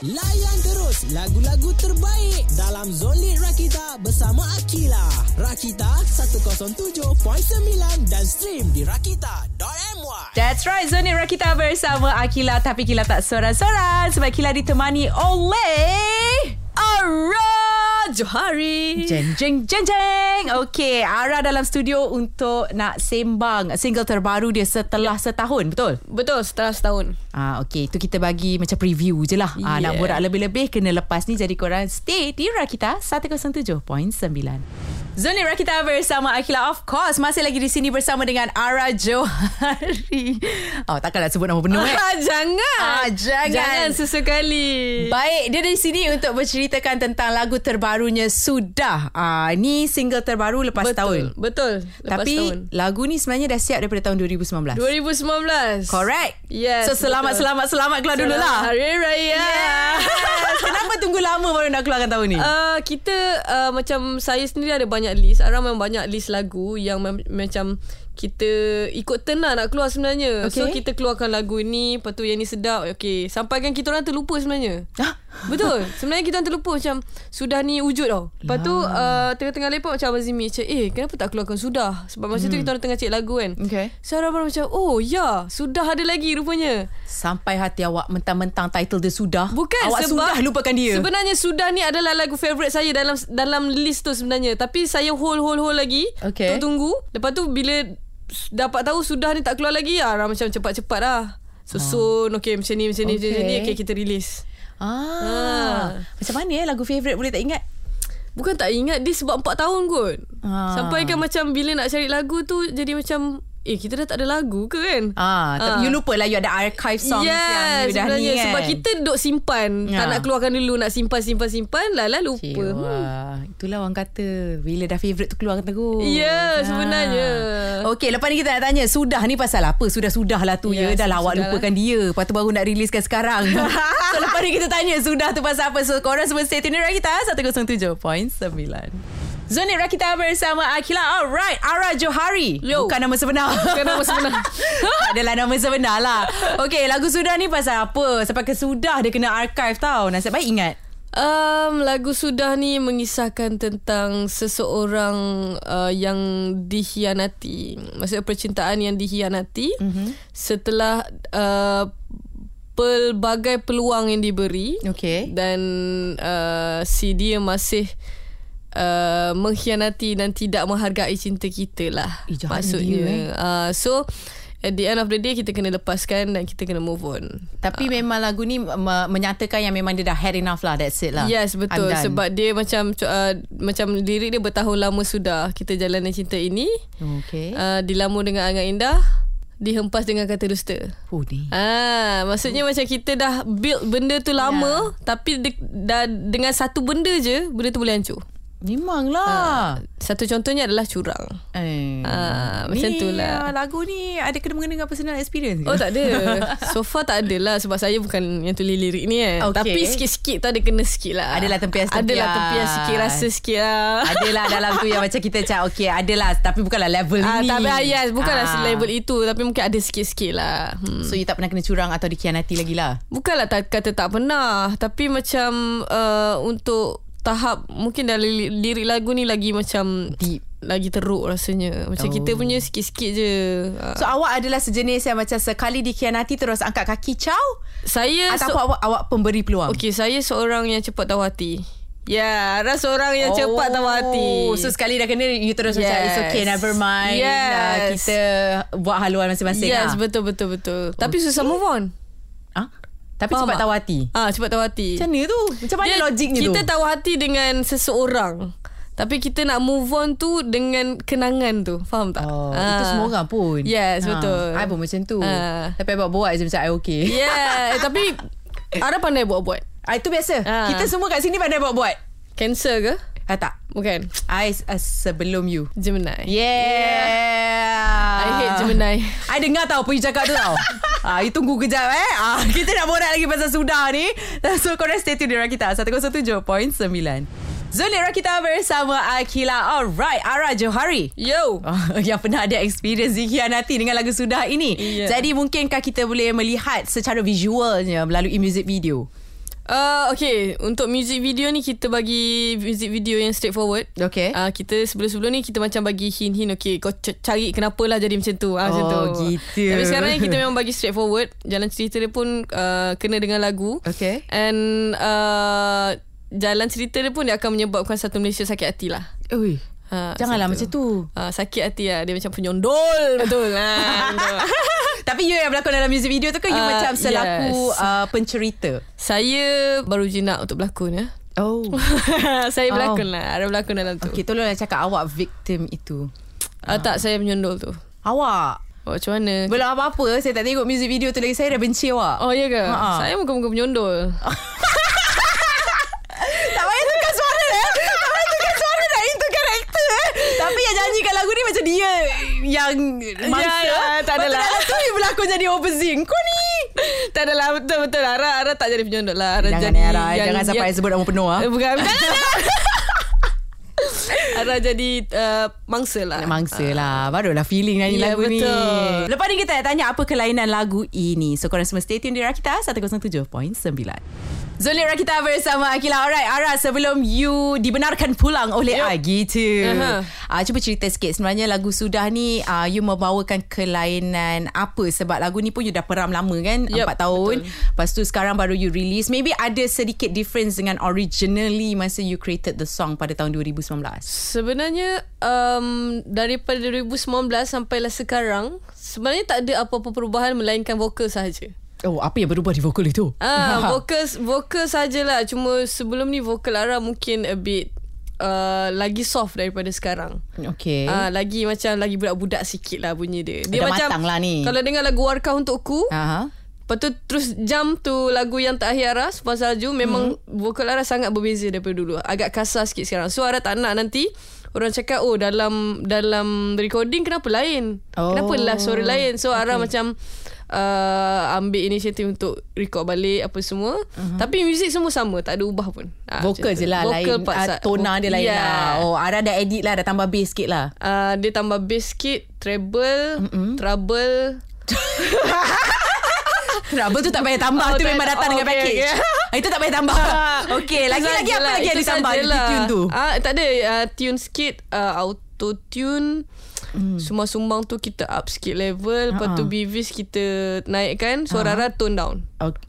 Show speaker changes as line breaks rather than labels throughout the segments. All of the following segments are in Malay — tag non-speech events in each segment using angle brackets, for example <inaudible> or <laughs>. Layan terus lagu-lagu terbaik dalam Zolit Rakita bersama Akila. Rakita 107.9 dan stream di rakita.my.
That's right, Zonit Rakita bersama Akila Tapi Kila tak sorang-sorang Sebab Kila ditemani oleh Ara Johari Jeng jeng jeng jeng Okay, Ara dalam studio untuk nak sembang Single terbaru dia setelah setahun, betul?
Betul setelah setahun
Ah, okay, tu kita bagi macam preview je lah yeah. ah, Nak
Yeah.
borak lebih-lebih kena lepas ni Jadi korang stay di Rakita 107.9 Zulni Rakita bersama Akila Of course Masih lagi di sini bersama dengan Ara Johari <laughs> Oh takkan nak sebut nama penuh
<laughs>
eh
ah, Jangan
Ah, jangan.
Jangan sesekali
Baik, dia dari sini untuk berceritakan tentang lagu terbarunya Sudah. Ah, ni single terbaru lepas
Betul
tahun.
Betul Lepas
Tapi
tahun
lagu ni sebenarnya dah siap daripada tahun 2019.
2019
Correct? So
Yes,
selamat,
betul.
selamat, selamat keluar dulu lah.
Hari Raya
Yes. <laughs> Kenapa tunggu lama baru nak keluarkan tahun ni?
Uh, kita uh, macam saya sendiri ada banyak list Ara memang banyak list lagu Yang mem- macam kita ikut turn lah nak keluar sebenarnya okay. So
Okay.
kita keluarkan lagu ni Lepas tu yang ni sedap okay. Sampai kan kita orang terlupa sebenarnya Betul Sebenarnya kita orang terlupa macam Sudah ni wujud tau Lepas tu
Lah.
uh, Tengah-tengah lepak macam Abang Zimi Macam eh kenapa tak keluarkan Sudah Sebab masa hmm. tu kita orang tengah cek lagu kan
Okay.
So Sarah baru macam Oh ya Sudah ada lagi rupanya
Sampai hati awak mentang-mentang title dia Sudah.
Bukan
awak
sebab
sudah lupakan dia.
Sebenarnya Sudah ni adalah lagu favourite saya dalam dalam list tu sebenarnya. Tapi saya hold hold hold lagi.
Okay.
Tu tunggu. Lepas tu bila s- dapat tahu Sudah ni tak keluar lagi ah Ram macam cepat-cepat lah. Susun okay macam ni macam ni okay. macam ni
Ah. Okay.
okay kita release.
ah. Macam mana eh lagu favourite boleh tak ingat?
Bukan tak ingat dia sebab 4 tahun kot.
Ah.
Sampai kan macam bila nak cari lagu tu jadi macam eh kita dah tak ada lagu ke kan?
Ah,
Ah.
tapi you lupa lah you ada archive songs yang you dah
sebenarnya.
ni kan.
Sebab kita duk simpan
Ya.
Tak nak keluarkan dulu Nak simpan, simpan, simpan Lala lupa Hmm.
Cewa. Itulah orang kata Bila dah favourite tu keluar tegur
Ya, sebenarnya.
Okey lepas ni kita nak tanya Sudah ni pasal apa Sudah-sudah lah tu ya,
Ya,
ya. Dah lah awak
sudah-sudah
lupakan dia Lepas tu baru nak releasekan
<laughs>
sekarang So lepas ni kita tanya Sudah tu pasal apa So korang semua stay tune di Rakita 107.9 Zonit Rakita bersama Akila Alright Ara Johari
Yo.
Bukan nama sebenar
Bukan nama sebenar.
Tak <laughs> adalah nama sebenar lah Okay lagu Sudah ni pasal apa Sampai ke Sudah dia kena archive tau Nasib baik ingat
Um, lagu Sudah ni mengisahkan tentang seseorang uh, yang dihianati. Maksudnya percintaan yang dihianati
Mhm.
mm-hmm. setelah uh, pelbagai peluang yang diberi
Okay
dan uh, si dia masih uh, mengkhianati dan tidak menghargai cinta kita lah.
Eh, jahat
maksudnya.
dia, eh.
Uh, so at the end of the day kita kena lepaskan dan kita kena move on.
Tapi memang lagu ni me- menyatakan yang memang dia dah had enough lah. That's it lah.
Yes betul
I'm done.
sebab dia macam uh, macam lirik dia bertahun lama sudah kita jalani cinta ini
Okay. Uh,
uh, dilamu dengan angan indah dihempas dengan kata dusta.
oh ni.
Ah, maksudnya macam kita dah build benda tu
Ya.
lama yeah. tapi de- dah dengan satu benda je benda tu boleh hancur.
Memanglah.
Satu contohnya adalah curang.
Uh, eh.
Ah, macam
ni,
tu
ah,
lah.
Lagu ni ada kena-mengena dengan personal experience ke?
Oh
<laughs>
tak ada So far tak ada lah Sebab saya bukan yang tulis lirik ni kan
Okay.
okay. Tapi sikit-sikit tu ada kena sikit lah
Adalah tempias-tempias.
Adalah tempias sikit Rasa sikit lah
Adalah dalam tu yang macam kita cakap Okay adalah Tapi bukanlah level
Ah,
ni
tapi ah, yes, bukanlah ah. level itu tapi mungkin ada sikit-sikit lah. Hmm.
So you tak pernah kena curang Atau dikhianati lagi lah
Bukanlah tak, kata tak pernah tapi macam uh, untuk tahap mungkin dari li- lirik lagu ni lagi macam
Deep
lagi teruk rasanya. Macam
Oh.
oh. kita punya sikit-sikit je. Uh,
So awak adalah sejenis yang macam Sekali dikhianati terus angkat kaki Ciao
saya
Atau
so,
apa awak, awak pemberi peluang
okey saya seorang yang cepat tahu hati. Ya, yeah, Ara seorang yang oh. cepat tahu hati.
So sekali dah kena You terus yes. macam
Yes.
It's okay never mind
Yes.
Ah, Kita buat haluan masing-masing
yes,
lah.
betul betul betul. Tapi susah move on.
ha? Tapi
Faham
cepat
tak?
tahu hati
Ah, cepat tahu hati.
Macam mana tu Macam mana
Dia-
logiknya
kita
tu
Kita tahu hati dengan seseorang. Tapi kita nak move on tu dengan kenangan tu. Faham tak?
Oh, Itu semua orang pun
Ah. Yes, betul.
ha, I pun macam tu
Ah.
Tapi I buat-buat je Macam I okay
<laughs>
<laughs>
Yeah, eh, tapi Ara pandai buat-buat.
Ah, Itu biasa
Ah.
Kita semua kat sini pandai buat-buat
Cancer ke?
ah, Tak
Bukan.
I uh, sebelum you
Gemini.
Yeah
I hate Gemini.
<laughs> I dengar tau apa you cakap tu tau. <laughs> Ah, you tunggu kejap eh. Ah, kita nak borak lagi pasal sudah ni. <laughs> So korang stay tune di Rakita 107.9. Zulik Rakita bersama Akila. Alright, Ara Johari.
Yo.
Ah, <laughs> yang pernah ada experience dikhianati dengan lagu Sudah ini.
Ya.
Jadi mungkinkah kita boleh melihat secara visualnya melalui music video?
Uh, okay, untuk music video ni kita bagi music video yang straightforward.
Okay.
Uh, kita sebelum-sebelum ni kita macam bagi hint-hint okay kau c- cari kenapa lah jadi macam tu. Ah, macam
Oh,
tu.
gitu.
Tapi sekarang
<laughs>
ni kita memang bagi straightforward. Jalan cerita dia pun uh, kena dengan lagu.
Okay.
And uh, jalan cerita dia pun dia akan menyebabkan satu Malaysia sakit hati lah.
Ui,
Ha,
janganlah macam <laughs> tu.
Uh, sakit hati lah. Dia macam penyondol
<laughs>
betul. ha, betul.
Tapi you yang berlakon dalam music video tu ke you
Ah,
macam selaku
yes.
ah,
uh, pencerita?
Saya baru jinak untuk berlakon ya. <laughs>
Oh. Oh.
saya berlakon lah. Ada berlakon dalam tu.
Okey,
lah
tolonglah cakap awak victim itu.
Ah, tak, saya menyondol tu.
Awak
Oh, macam mana?
belum apa-apa, saya tak tengok music video tu lagi. Saya dah benci awak.
oh, ya ke?
Ha-ha.
Saya muka-muka penyondol.
Tak payah tukar suara eh. Tak payah tukar suara dah itu karakter eh. Tapi yang nyanyikan lagu ni macam dia
Ya,
yang mangsa.
Ya, ya, tak adalah.
Lepas tu dalam tu dia berlakon jadi opposing. Kau ni.
<laughs> tak adalah, betul-betul. Ara, Ara tak jadi penyondol lah. Ara
Jangan eh,
jadi...
Ara, jangan sampai sebut nama penuh ah.
Eh, bukan.
<laughs>
<laughs> Jangan. Ara jadi uh, mangsa lah.
Mangsa lah Barulah feeling nyanyi
Ya,
lagu ni
betul.
Lepas ni kita nak tanya apa kelainan lagu ini. So korang semua stay tune di Rakita 107.9. Zulik Rakita bersama Akila. Alright, Ara sebelum you dibenarkan pulang oleh
Ah,
yep.
gitu.
Aha.
Ah, cuba cerita sikit sebenarnya lagu Sudah ni ah, you membawakan kelainan apa sebab lagu ni pun you dah peram lama kan yep,
Yup,
4 tahun. Betul. Lepas tu sekarang baru you release. Maybe ada sedikit difference dengan originally masa you created the song pada tahun 2019.
Sebenarnya um, daripada 2019 sampailah sekarang sebenarnya tak ada apa-apa perubahan melainkan vokal sahaja.
Oh, apa yang berubah di vokal itu? <laughs> Ha.
Ah, vokal vokal sajalah cuma sebelum ni vokal Ara mungkin a bit uh, lagi soft daripada sekarang.
Okay.
Ah, lagi macam lagi budak-budak sikit lah bunyi dia. Dia
Dah
macam
matang lah ni.
Kalau dengar lagu Warkah Untukku, ha.
Aha.
lepas tu terus jump tu lagu yang tak akhir Ara, Sepuluh Salju, memang
Mhm.
hmm. vokal Ara sangat berbeza daripada dulu. Agak kasar sikit sekarang. So Ara tak nak nanti orang cakap oh dalam dalam recording kenapa lain?
Oh.
Kenapa lah suara lain? So Ara macam Uh, ambil inisiatif untuk record balik apa semua uh-huh. tapi muzik semua sama tak ada ubah pun Ah,
Mhm. Vokal je
macam tu.
lah
Vokal
lain.
part
Ah,
sa-
tona dia lain
Yeah.
lah. Oh, Ara dah edit lah, dah tambah bass sikit
<laughs>
lah.
uh, dia tambah bass sikit, treble, Mm-mm. trouble.
Rubber tu tak payah tambah
Oh,
Tu
tak-
memang datang
oh,
dengan
okay,
package <laughs> okay. Itu tak payah
<laughs>
tambah Okay
Itu
Lagi-lagi apa
sajalah,
lagi yang
itu
ditambah Di
sajalah.
tune tu
Ah, tak ada, uh, tune sikit, uh, auto tune. Hmm. Sumbang-sumbang tu kita up sikit level, lepas tu
Ha-ha.
BVs kita naikkan, suara uh-huh. tone down.
<laughs> okay.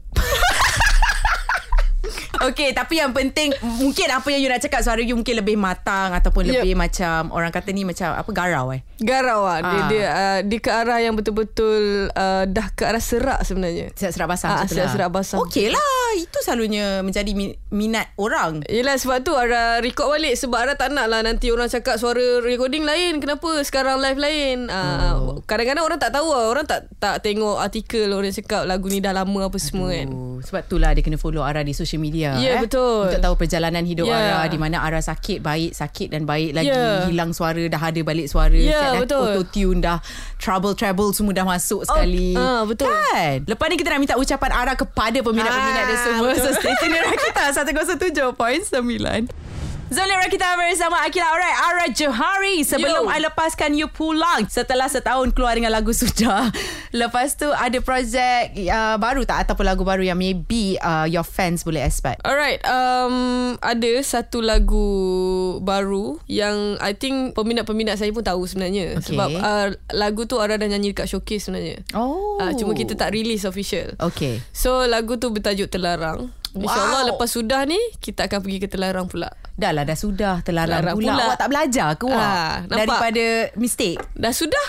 Okay, tapi yang penting mungkin apa yang you nak cakap suara you mungkin lebih matang ataupun
Yep.
lebih macam orang kata ni macam apa garau eh.
Garau lah. Dia,
Ah.
dia, uh, dia ke arah yang betul-betul uh, dah ke arah serak sebenarnya.
Serat-serat basah
Ah,
macam tu lah.
serat-serat basah.
Okey lah Itu selalunya Menjadi mi- minat orang
Yelah sebab tu Ara record balik Sebab Ara tak nak lah Nanti orang cakap suara recording lain Kenapa sekarang live lain Ah,
Oh.
Kadang-kadang orang tak tahu lah Orang tak tak tengok artikel Orang cakap lagu ni dah lama apa semua kan
Oh, sebab itulah dia kena follow Ara di social media. eh?
Ya, betul.
Untuk tahu perjalanan hidup
Ya.
Ara di mana Ara sakit baik, sakit dan baik lagi,
Ya.
hilang suara dah ada balik suara,
Ya,
Siap
betul.
dah auto tune dah, trouble trouble semua dah masuk sekali.
ah, betul.
Kan? Lepas ni kita nak minta ucapan Ara kepada peminat-peminat
Ah,
dia semua. So stay tune di
<laughs>
Rakita 107.9.
Zolera kita bersama Akila Alright Ara Johari Sebelum
Yo.
I lepaskan you pulang Setelah setahun keluar dengan lagu Sudah
<laughs> Lepas tu ada projek uh, baru tak ataupun lagu baru yang maybe uh, your fans boleh expect.
Alright, um, ada satu lagu baru yang I think peminat-peminat saya pun tahu sebenarnya.
Okay.
Sebab uh, lagu tu Ara dah nyanyi dekat showcase sebenarnya.
Oh.
Ah, cuma kita tak release official.
Okay.
So lagu tu bertajuk Telarang. InsyaAllah
Wow.
lepas sudah ni, kita akan pergi ke Telarang pula.
Dah lah dah sudah terlarang
Terlarang
pula.
pula.
pula. Awak tak belajar ke awak?
Ah, nampak?
Daripada mistake.
Dah
<laughs>
sudah.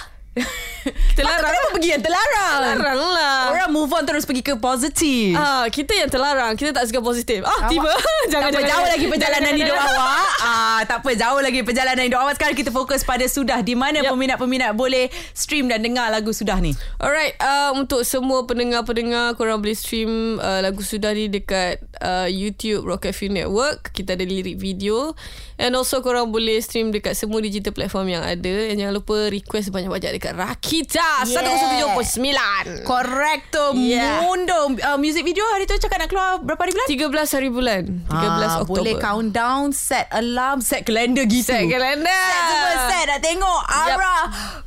Terlarang.
Kenapa pergi yang terlarang?
Terlarang lah.
Orang move on terus pergi ke positif.
Ah, kita yang terlarang. Kita tak suka positif. Ah, tiba.
tak
<laughs> jangan
apa,
jangan,
jauh
jangan.
lagi perjalanan
Jangan,
hidup
jangan.
awak. Ah, tak apa, jauh lagi perjalanan hidup awak. Sekarang kita fokus pada Sudah. Di mana
Yup.
peminat-peminat boleh stream dan dengar lagu Sudah ni?
Alright, uh, untuk semua pendengar-pendengar korang boleh stream uh, lagu Sudah ni dekat uh, YouTube Rocket Fuel Network. Kita ada lirik video and also korang boleh stream dekat semua digital platform yang ada and jangan lupa request banyak-banyak dekat Rakita. Rakita
Yeah.
yeah. 107.9
Correcto
Yeah.
Mundo uh, Music video hari tu cakap nak keluar Berapa hari bulan?
13 hari bulan 13
Ah,
Oktober
Boleh countdown Set alarm Set calendar gitu
Set kalender
Set semua set Dah tengok Ara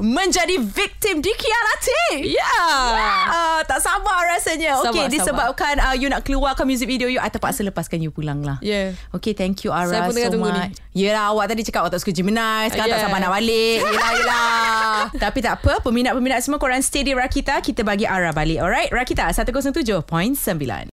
Menjadi victim dikhianati
Yeah,
Ah, tak sabar rasanya.
Ya. Sabar,
okay,
sabar.
disebabkan uh, you nak keluarkan music video you, I terpaksa lepaskan you pulang lah.
Yeah.
Okay, thank you Ara
Ya. Saya pun tengah
so
tunggu ni. Ah, ya.
much. Yelah, awak tadi cakap awak tak suka Gemini. Sekarang yeah. tak
Yeah.
sabar nak
<laughs>
balik. Yelah, yelah. Tapi tak apa, peminat-peminat semua korang stay di Rakita. Kita bagi Ara balik, alright? Rakita 107.9.